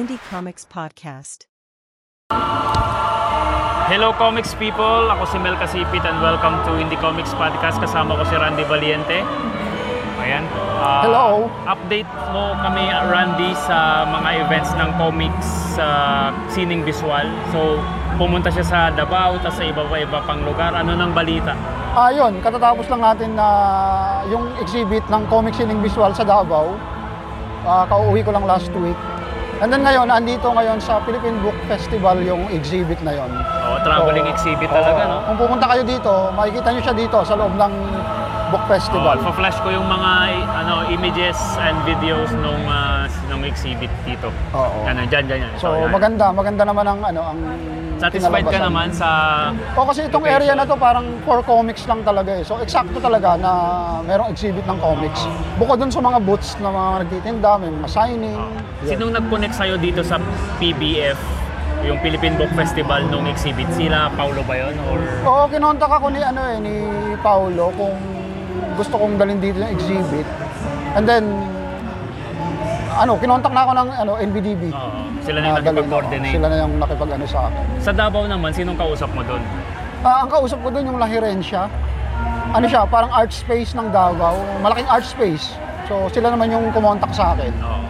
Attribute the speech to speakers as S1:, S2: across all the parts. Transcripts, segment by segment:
S1: Indie Comics Podcast.
S2: Hello comics people, ako si Mel Kasipit and welcome to Indie Comics Podcast. Kasama ko si Randy Valiente. Ayan. Ah,
S3: Hello.
S2: Update mo kami, Randy, sa mga events ng comics sa sining visual. So, pumunta siya sa Davao, tapos sa iba pa iba pang lugar. Ano ng balita?
S3: Ayun, Ah, katatapos lang natin na yung exhibit ng Comic Sining Visual sa Davao. Ah, kauuwi ko lang last week. And then ngayon, andito ngayon sa Philippine Book Festival yung exhibit na yon.
S2: Oh, traveling
S3: So,
S2: exhibit
S3: oo,
S2: talaga, no?
S3: Kung pupunta kayo dito, makikita nyo siya dito sa loob ng Book Festival.
S2: Oh, flash ko yung mga ano images and videos nung ah, nung exhibit dito.
S3: Oo.
S2: Ano, dyan, ganyan.
S3: so, maganda, maganda naman ang ano, ang
S2: Satisfied ka
S3: kinalabasan.
S2: naman sa
S3: O kasi itong
S2: Location.
S3: area na to parang for comics lang talaga eh. So eksakto talaga na merong exhibit ng comics. Bukod dun sa mga booths na mga nagtitinda, may mga signing. Yun.
S2: Sinong nag-connect sa'yo dito sa PBF, yung Philippine Book Festival nung exhibit? Sila, Paulo ba yun? Or...
S3: Oo, kinontak ako ni, ano eh, ni Paolo kung gusto kong dalhin dito yung exhibit. And then, ano, kinontak na ako ng ano, NBDB.
S2: Oo, sila na yung
S3: dalhin Ah, ako.
S2: Ah, nakipag-coordinate.
S3: Sila na yung nakipag-ano sa akin.
S2: Sa Davao naman, sinong kausap mo doon?
S3: Ah, ang kausap ko doon yung Lahirensya. Ano siya, parang art space ng Davao. Malaking art space. So sila naman yung kumontak sa akin.
S2: Oo.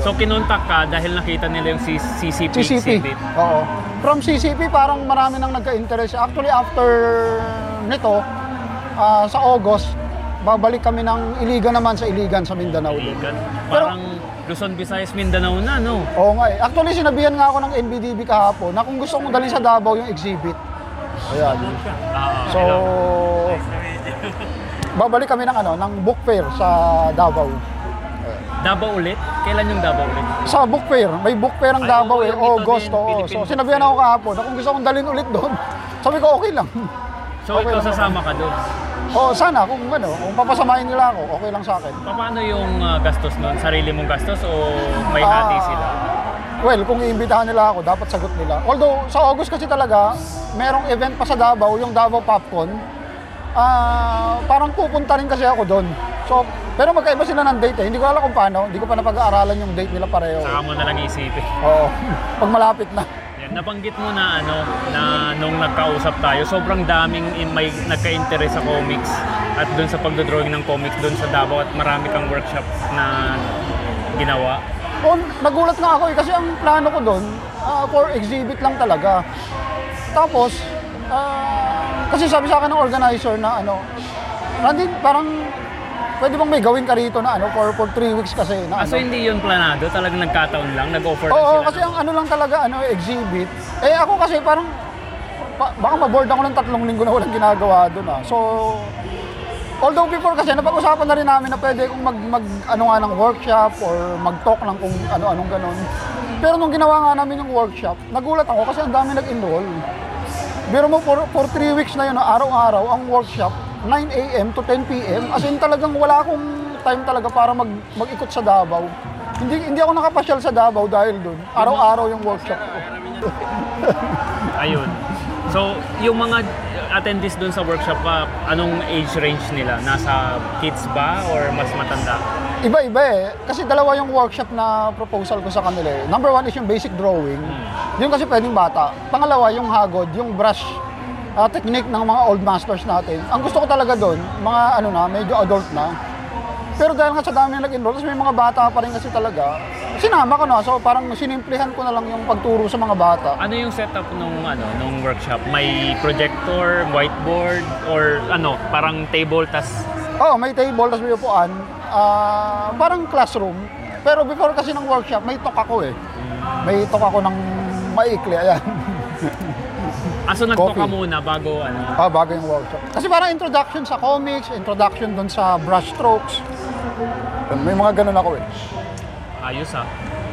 S2: So, kinontak ka dahil nakita nila yung C- CCP
S3: CCP.
S2: exhibit.
S3: Oo. From CCP, parang marami nang nagka-interest. Actually, after nito, ah, sa August, babalik kami ng Iligan naman sa Iligan sa Mindanao. din.
S2: Iligan.
S3: Pero-
S2: Parang Luzon, Visayas, Mindanao na, no?
S3: Oo nga eh. Actually, sinabihan nga ako ng NBDB kahapon na kung gusto kong dalhin sa Davao yung exhibit. Ayan.
S2: Ah,
S3: So,
S2: hello.
S3: babalik kami ng ano, ng book fair sa Davao.
S2: Davao ulit? Kailan yung Davao ulit?
S3: Sa book fair, may book fair ng
S2: Ay,
S3: Davao
S2: oo,
S3: eh,
S2: yung dito
S3: August.
S2: din,
S3: oo.
S2: Philippine
S3: So,
S2: book
S3: sinabihan
S2: fair.
S3: ako kahapon na kung gusto kong dalhin ulit doon. Sabi ko, okay lang.
S2: So,
S3: Okay
S2: ikaw
S3: lang
S2: sasama ka doon.
S3: Oo, sana kung ano, kung papasamahin nila ako, okay lang sa akin.
S2: Paano yung ah, gastos nun? Sarili mong gastos o may
S3: Ah.
S2: hati sila?
S3: Well, kung iimbitahan nila ako, dapat sagot nila. Although, sa August kasi talaga, merong event pa sa Davao, yung Davao Popcorn. Ah, parang pupunta rin kasi ako doon. So, pero magkaiba sila ng date eh. Hindi ko alam kung paano. Hindi ko pa napag-aaralan yung date nila pareho.
S2: Saka mo na lang isipin.
S3: Oo. Pag malapit na.
S2: Yan, nabanggit mo na ano na nung nagkausap tayo, sobrang daming in may nagka-interest sa comics at doon sa pagdodrawing ng comics doon sa Davao at marami kang workshop na ginawa.
S3: Oh, nagulat nga ako eh, kasi ang plano ko doon, ah, for exhibit lang talaga. Tapos, ah, kasi sabi sa akin ng organizer na ano, Randy, parang pwede bang may gawin ka rito na ano, for, for three weeks kasi
S2: Ah,
S3: na
S2: so
S3: ano.
S2: hindi yun planado, talagang nagkataon lang, nag-offer lang
S3: Oo,
S2: sila.
S3: kasi ang ano lang talaga, ano, exhibit. Eh ako kasi parang, pa, baka maboard ako ng tatlong linggo na walang ginagawa doon ah. So, although before kasi napag-usapan na rin namin na pwede kong mag, mag ano nga ng workshop or mag-talk ng kung ano-anong ganun. Pero nung ginawa nga namin yung workshop, nagulat ako kasi ang dami nag-enroll. Biro mo, for, for three weeks na yun, ah, araw-araw, ang workshop, 9 a.m. to 10 p.m. As in talagang wala akong time talaga para mag, mag-ikot sa Davao. Hindi, hindi ako nakapasyal sa Davao dahil doon. Araw-araw yung workshop ko.
S2: Ayun. So, yung mga attendees doon sa workshop, ah, anong age range nila? Nasa kids ba or mas matanda?
S3: Iba-iba eh. Kasi dalawa yung workshop na proposal ko sa kanila eh. Number one is yung basic drawing. Yun kasi pwedeng bata. Pangalawa, yung hagod, yung brush ah, technique ng mga old masters natin. Ang gusto ko talaga doon, mga ano na, medyo adult na. Pero dahil nga sa dami na nag-enroll, tapos may mga bata pa rin kasi talaga, sinama ko na. So parang sinimplihan ko na lang yung pagturo sa mga bata.
S2: Ano yung setup nung ano nung workshop? May projector, whiteboard or ano, parang table tas
S3: Oo, Oh, may table, tapos may upuan. Ah, parang classroom. Pero before kasi ng workshop, may talk ako eh. May talk ako ng maikli, ayan.
S2: Aso nagto Ah, ka
S3: Coffee.
S2: muna bago ano.
S3: ah, bago yung workshop. Kasi parang introduction sa comics, introduction dun sa brush strokes. May mga ganun ako eh.
S2: Ayos ah.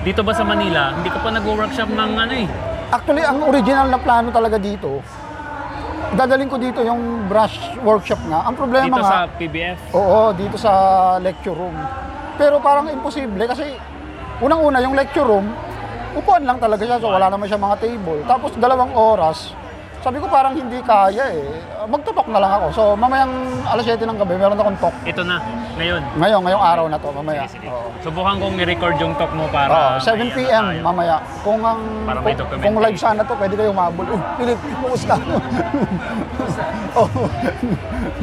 S2: Dito ba sa Manila? Hindi ka pa nagwo-workshop ng ano eh.
S3: Actually, ang original na plano talaga dito, dadaling ko dito yung brush workshop nga. Ang problema
S2: Dito
S3: nga,
S2: sa PBF.
S3: Oo, dito sa lecture room. Pero parang imposible kasi unang-una yung lecture room, upuan lang talaga siya. So wala naman siya mga table. Tapos dalawang oras, sabi ko parang hindi kaya eh. Magtutok na lang ako. So mamayang alas 7 ng gabi, meron akong talk.
S2: Ito na. Ngayon.
S3: Ngayon, ngayong araw na to, mamaya.
S2: Sige, sige.
S3: Oo. Ah,
S2: Subukan kong i-record yung talk mo para...
S3: Oo, 7
S2: may
S3: p.m.
S2: ano tayo.
S3: mamaya. Kung ang
S2: Para may
S3: kung,
S2: documentary.
S3: kung live sana to, pwede kayo umabol. Oh, Philip, kumusta? oh,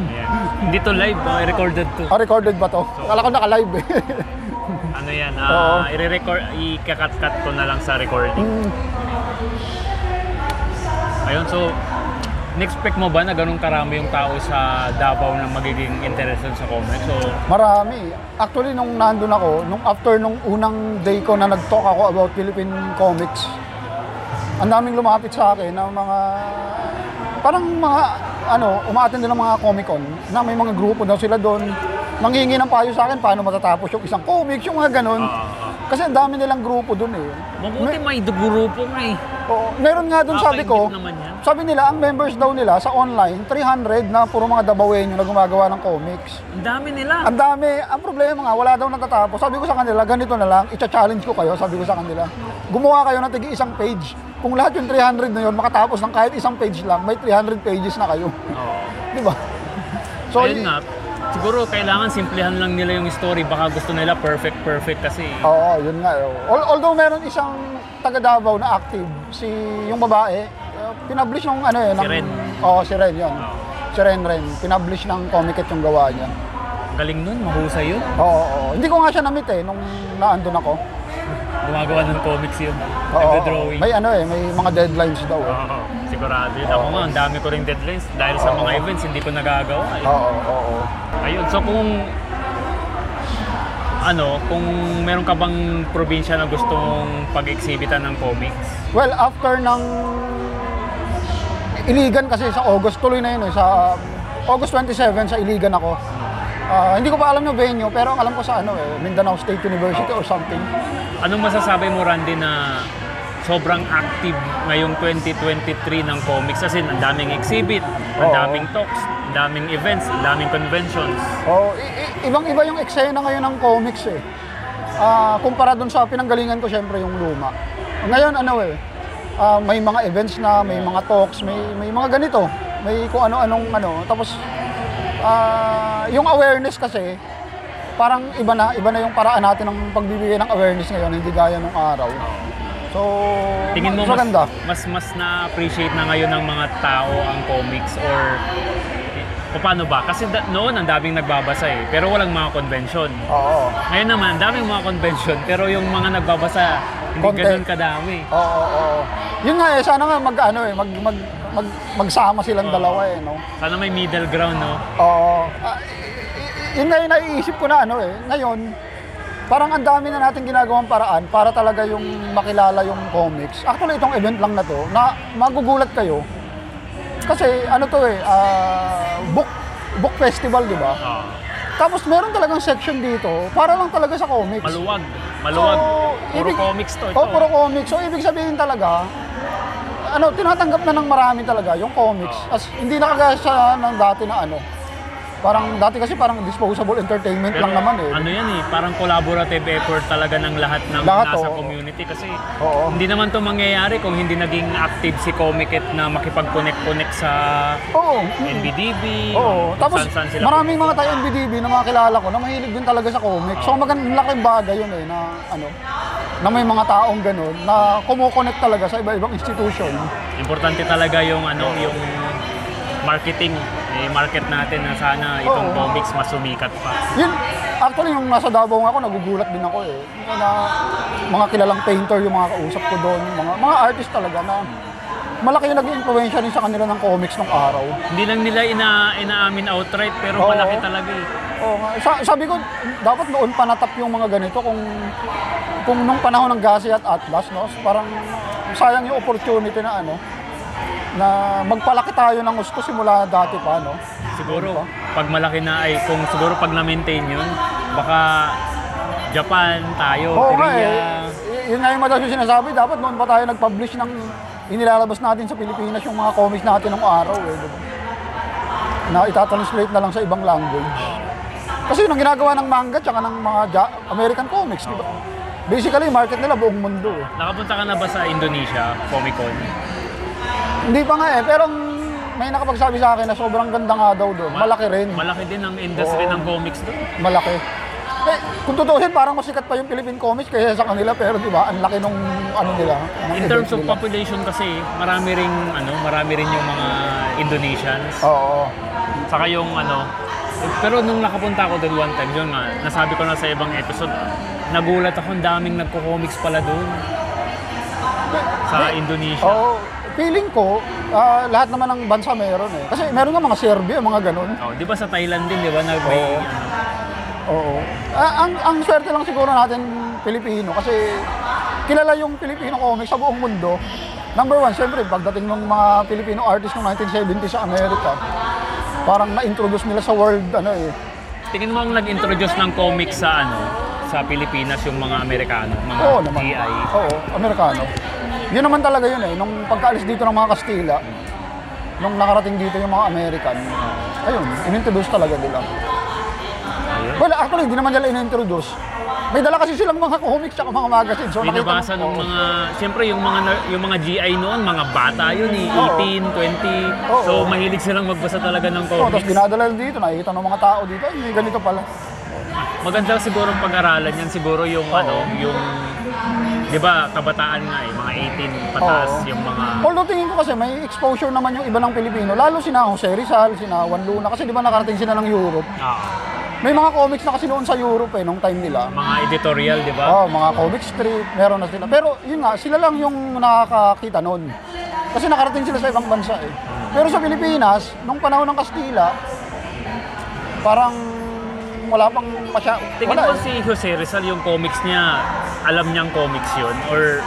S2: Ayan. Hindi to live, oh, i-recorded to.
S3: Ah, recorded ba to? Akala ko naka-live eh.
S2: Ano yan,
S3: Oo.
S2: ah, i-record, i-cut-cut ko na lang sa recording.
S3: Mm,
S2: Ayun, so, expect mo ba na ganun karami yung tao sa Davao na magiging interested sa comics? So,
S3: marami. Actually, nung nandun ako, nung after nung unang day ko na nag-talk ako about Philippine comics, ang daming lumapit sa akin ng mga parang mga ano, umaattend din ng mga Comic-Con na may mga grupo daw sila doon. Nangingi ng payo sa akin paano matatapos yung isang comics, yung mga ganun. Kasi ang dami nilang grupo doon eh.
S2: mabuti may grupo nga eh.
S3: Oo, meron nga doon sabi ko,
S2: Nakakaingit Ah, naman yan.
S3: sabi nila ang members daw nila sa online, 300 na puro mga dabawenyo na gumagawa ng comics.
S2: Ang dami nila.
S3: Ang dami, ang problema nga, wala daw natatapos. Sabi ko sa kanila, ganito na lang, icha-challenge ko kayo, sabi ko sa kanila. Gumawa kayo ng tigi isang page. Kung lahat yung 300 na yun, makatapos ng kahit isang page lang, may 300 pages na kayo.
S2: Oo.
S3: Di ba? So,
S2: Ayun nga, siguro kailangan simplihan lang nila yung story. Baka gusto nila perfect, perfect kasi.
S3: Oo, yun nga. oo. Al- Although meron isang taga Davao na active, si yung babae, uh, pinablish ng ano eh.
S2: Si
S3: ng,
S2: Ren.
S3: Oo, si Ren yun.
S2: Oo.
S3: Si Ren Ren. Pinablish ng Comiket yung gawa niya.
S2: Galing nun, mahusay yun.
S3: Oo, oo. Hindi ko nga siya na-meet eh, nung naandun ako.
S2: Gumagawa ng comics yun.
S3: Oo, oo.
S2: Nagdo-drawing.
S3: May ano eh, may mga deadlines daw eh.
S2: Oo, sigurado yun. Ako nga, ang dami ko rin deadlines dahil sa mga events, hindi ko nagagawa. eh.
S3: Oo, oo, oo.
S2: Ayun, so kung ano, kung meron ka bang probinsya na gustong pag-exhibitan ng comics,
S3: Well, after ng Iligan kasi sa August, tuloy na yun eh, sa August 27 sa Iligan ako. Ah, hindi ko pa alam yung venue, pero ang alam ko sa ano eh, Mindanao State University or something.
S2: anong masasabi mo, Randy, na sobrang active ngayong 2023 ng comics? As in, ang daming exhibit, ang
S3: Oo.
S2: daming talks, ang daming events, ang daming conventions.
S3: Oh, i- i- ibang-iba yung eksena ngayon ng comics eh. Ah, kumpara dun sa pinanggalingan ko syempre yung luma. Ngayon ano eh, ah, may mga events na, may mga talks, may may mga ganito. May kung ano-anong ano. Tapos ah, yung awareness kasi parang iba na, iba na yung paraan natin ng pagbibigay ng awareness ngayon, hindi gaya nung araw. So,
S2: Tingin mo mas,
S3: maganda.
S2: mas, mas na-appreciate na ngayon ng mga tao ang comics or o paano ba? Kasi da- noon ang daming nagbabasa eh, pero walang mga convention.
S3: Oo.
S2: Ngayon naman, ang daming mga convention, pero yung mga nagbabasa, hindi
S3: Konti.
S2: ganun kadami.
S3: Oo, oo, oo. Yun nga eh, sana nga mag ano eh, mag, mag, mag, magsama silang dalawa eh, no?
S2: Sana may middle ground, no?
S3: Oo. Ah, y- y- yun na yung naiisip ko na ano eh. Ngayon, parang ang dami na natin ginagawang paraan para talaga yung makilala yung comics. Actually, itong event lang na to, na magugulat kayo. Kasi ano to eh, ah, book, book festival, di ba?
S2: Oo.
S3: Tapos meron talagang section dito para lang talaga sa comics.
S2: maluwag. Maluwag. puro
S3: ibig-
S2: comics to. Ito. eh.
S3: Oh, puro comics. So, ibig sabihin talaga, ano, tinatanggap na ng marami talaga yung comics.
S2: Oo.
S3: As, hindi na kagaya siya ng dati na ano. Parang, dati kasi parang disposable entertainment
S2: Pero
S3: lang naman eh.
S2: ano yan eh, parang collaborative effort talaga ng lahat ng
S3: Lahat,
S2: nasa
S3: oo.
S2: community kasi
S3: Oo.
S2: hindi naman to mangyayari kung hindi naging active si Comiket na makipag-connect-connect sa
S3: Oo.
S2: NBDB,
S3: Oo.
S2: kung
S3: Tapos,
S2: saan-saan sila.
S3: maraming mga tayo MBDB na mga kilala ko na mahilig din talaga sa comics.
S2: Oh.
S3: So, magandang laking bagay yun eh, na ano, na may mga taong ganun, na kumukonect talaga sa iba-ibang institution.
S2: Importante talaga yung ano, yung marketing. Eh, market natin na sana itong
S3: Oo.
S2: comics mas sumikat pa.
S3: Yun, actually, nung nasa Davao nga ako, nagugulat din ako eh. Na mga kilalang painter yung mga kausap ko doon, mga, mga artist talaga na malaki yung naging influensya din sa kanila ng comics nung araw.
S2: Hindi lang nila ina inaamin outright pero
S3: Oo.
S2: malaki talaga eh.
S3: Oo nga. Sa- sabi ko, dapat noon panatap yung mga ganito kung kung nung panahon ng Gasi at Atlas, no? Parang sayang yung opportunity na ano, na magpalaki tayo ng gusto simula dati pa, no?
S2: Siguro pag malaki na ay kung siguro pag na-maintain yun, baka Japan, tayo,
S3: Oo
S2: Korea.
S3: nga eh. Y- Yun nga yung madalas yung sinasabi. Dapat noon pa tayo nag-publish ng inilalabas natin sa Pilipinas yung mga comics natin ng araw eh. diba? Na itatranslate na lang sa ibang language. Kasi yun ang ginagawa ng manga tsaka ng mga Ja- American comics, di ba? Basically, market nila buong mundo eh.
S2: Nakapunta ka na ba sa Indonesia, Comic Con?
S3: Hindi pa nga eh, pero ang may nakapagsabi sa akin na sobrang ganda nga daw doon. Malaki rin.
S2: Malaki din ang industry
S3: Oo.
S2: ng comics doon.
S3: Malaki. Eh, kung tutusin, parang masikat pa yung Philippine comics kaya sa kanila. Pero di ba, ang laki nung ano nila. ng
S2: In terms
S3: event
S2: of
S3: nila.
S2: population kasi, marami ring ano, marami rin yung mga Indonesians.
S3: Oo.
S2: Saka yung ano, pero nung nakapunta ako doon one time, yun nga, nasabi ko na sa ibang episode, nagulat ako, ang daming nagko-comics pala doon
S3: Eh,
S2: sa Indonesia.
S3: Oo. Oh, Feeling ko, ah, lahat naman ng bansa meron eh. Kasi meron nga mga Serbia, mga ganun.
S2: Oh, di ba sa Thailand din, di ba, na may,
S3: Oo.
S2: ano,
S3: Oo. Ah, ang, ang swerte lang siguro natin Pilipino kasi kilala yung Filipino comics sa buong mundo. Number one, syempre, pagdating ng mga Filipino artist ng 1970 sa Amerika, parang na-introduce nila sa world, ano eh.
S2: tingin mo ang nag-introduce ng comics sa ano, sa Pilipinas yung mga Amerikano, mga
S3: Oo naman.
S2: GI.
S3: Oo, Amerikano. Yun naman talaga yun eh. Nung pagkaalis dito ng mga Kastila, nung nakarating dito yung mga American, ayun, inintroduce talaga nila.
S2: Ayun.
S3: Well, actually, hindi naman nila inintroduce. May dala kasi silang mga comics at mga magazines. So, nakita mo-
S2: Binabasa ng
S3: Oo.
S2: mga, siyempre yung mga nar- yung mga GI noon, mga bata yun eh,
S3: Oo.
S2: 18, 20.
S3: Oo.
S2: So mahilig silang magbasa talaga ng
S3: Oh, tapos
S2: comics.
S3: dinadala lang dito, nakikita ng mga tao dito, ay, may ganito pala.
S2: Maganda siguro ang pag-aralan yan, siguro yung ano, yung 'di ba, kabataan nga eh, mga 18 pataas
S3: Oo.
S2: yung mga
S3: Although tingin ko kasi may exposure naman yung iba ng Pilipino, lalo sina Jose Rizal, sina Juan Luna, kasi di ba nakarating sila ng Europe.
S2: ah,
S3: May mga comics na kasi noon sa Europe eh, nung time nila.
S2: mga editorial, 'di ba?
S3: Oh, mga comic strip, meron na sila. Pero yun nga, sila lang yung nakakakita noon. Kasi nakarating sila sa ibang bansa eh. Pero sa Pilipinas, nung panahon ng Kastila, parang wala pang masya...
S2: Tingin mo
S3: wala eh.
S2: si Jose Rizal yung comics niya, alam niyang comics yun? Or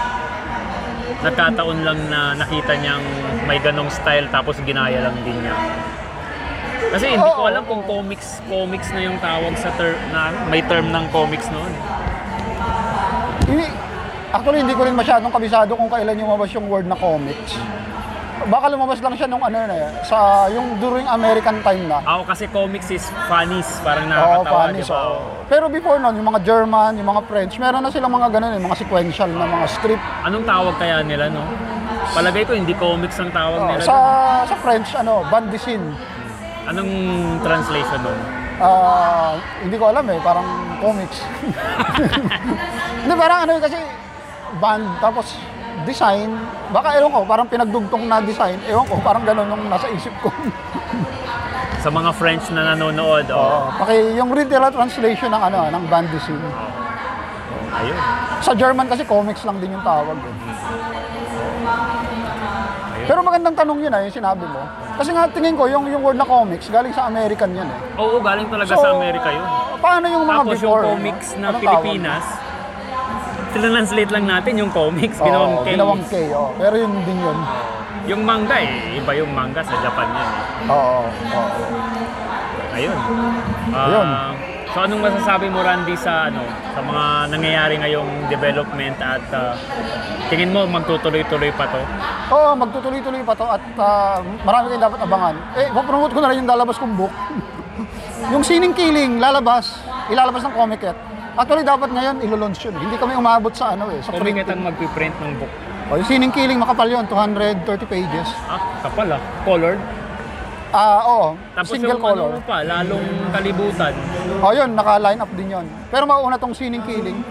S2: nagkataon lang na nakita niyang may ganong style tapos ginaya lang din niya? Kasi hindi ko
S3: Oo.
S2: alam kung comics comics na yung tawag sa ter na may term ng comics noon.
S3: Hindi, actually, hindi ko rin masyadong kabisado kung kailan lumabas yung word na comics. Baka lumabas lang siya nung ano na eh, sa yung during American time na.
S2: Ako kasi comics is funnies, parang
S3: Oo,
S2: nakakatawa,
S3: funny.
S2: di
S3: So.
S2: ba?
S3: Pero before noon, yung mga German, yung mga French, meron na silang mga ganun, eh, mga sequential na mga strip.
S2: Anong tawag kaya nila, no? Palagay ko hindi comics ang tawag
S3: Oo,
S2: nila.
S3: sa,
S2: dun.
S3: sa French, ano, bandisin.
S2: Anong translation nun?
S3: Ah, hindi ko alam eh, parang comics. hindi, parang ano eh, kasi band, tapos design. Baka ewan ko, parang pinagdugtong na design. Ewan ko, parang ganun yung nasa isip ko.
S2: Sa mga French na nanonood, oh.
S3: Oo. Paki, yung literal translation ng ano, ng bandisin.
S2: Ayun.
S3: Sa German kasi comics lang din yung tawag. eh. Pero magandang tanong yun ah, yung sinabi mo. Kasi nga tingin ko, yung, yung word na comics, galing sa American yun eh.
S2: Oo, galing talaga sa Amerika yun.
S3: Paano yung mga
S2: Tapos yung
S3: before?
S2: comics na
S3: Anong tawag?
S2: Pilipinas, tinranslate lang natin yung comics,
S3: Oo,
S2: ginawang K.
S3: Ginawang K, oo. Pero yun din yun.
S2: Yung manga eh, iba yung manga sa Japan yun eh.
S3: Oo, oo.
S2: Ayun. Ah,
S3: Ayun.
S2: So anong masasabi mo Randy sa ano sa mga nangyayari ngayong development at ah, tingin mo magtutuloy-tuloy pa to?
S3: Oo, magtutuloy-tuloy pa to at ah, marami kayong dapat abangan. Eh, papromote ko na rin yung lalabas kong book. yung Sining Killing, lalabas, ilalabas ng Comiket. Actually, dapat ngayon, ilulaunch yun. Hindi kami umabot sa ano eh, sa
S2: Comic
S3: print.
S2: at ang magpiprint ng book.
S3: O, yung Sining Killing, makapal yun, 230 pages.
S2: Ah, kapal ah. Colored.
S3: Ah, oo,
S2: Tapos yung
S3: single color.
S2: ano pa, lalong kalibutan.
S3: Oh, yun, naka-line up din yun. Pero mauuna tong Sining Killing.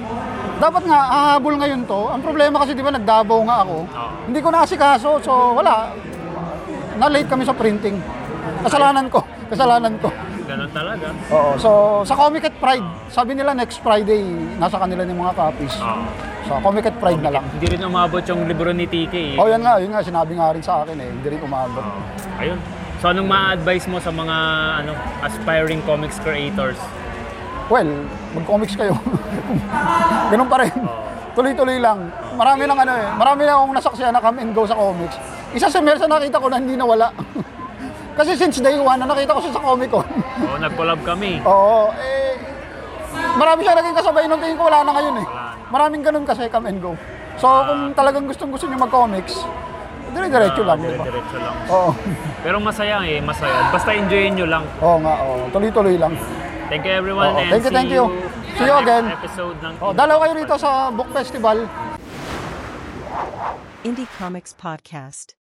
S3: Dapat nga, ahabol ngayon to. Ang problema kasi, di ba, nagdabaw nga ako.
S2: Oo.
S3: Hindi ko naasikaso, so wala. Na-late kami sa printing. Kasalanan ko. Kasalanan ko.
S2: Ganun talaga.
S3: Oo. So, sa Comic at Pride, sabi nila next Friday, nasa kanila ng mga copies.
S2: Ah.
S3: So, Comic at Pride na lang.
S2: Hindi rin umabot yung libro ni TK eh.
S3: Oh, yan nga, yun nga, sinabi nga rin sa akin eh, hindi rin umabot.
S2: Ayun. So anong ma-advise mo sa mga ano aspiring comics creators?
S3: Well, mag-comics kayo. Ganun pa rin. Tuloy-tuloy lang. Marami lang ano eh, marami lang akong nasaksihan na come and go sa comics. Isa sa meron sa nakita ko na hindi nawala. Kasi since day one, na nakita ko siya sa Comic Con.
S2: Oo, nag-collab kami.
S3: Oo, eh, marami siya naging kasabay nung tingin ko wala na Ah. ngayon eh. Maraming ganun kasi come and go. So, kung talagang gustong gusto niyo mag-comics, dire-diretso lang, di ba?
S2: Ah, Diretso lang.
S3: Oo,
S2: Pero masaya eh, masaya. Basta enjoyin nyo lang.
S3: oo nga, oo. Tuloy-tuloy lang.
S2: Thank you everyone
S3: Oo,
S2: and
S3: thank you,
S2: see
S3: thank you. See you
S2: sa next
S3: again.
S2: episode ng
S3: Oh, dalaw kayo rito sa book festival.
S1: Indie Comics Podcast.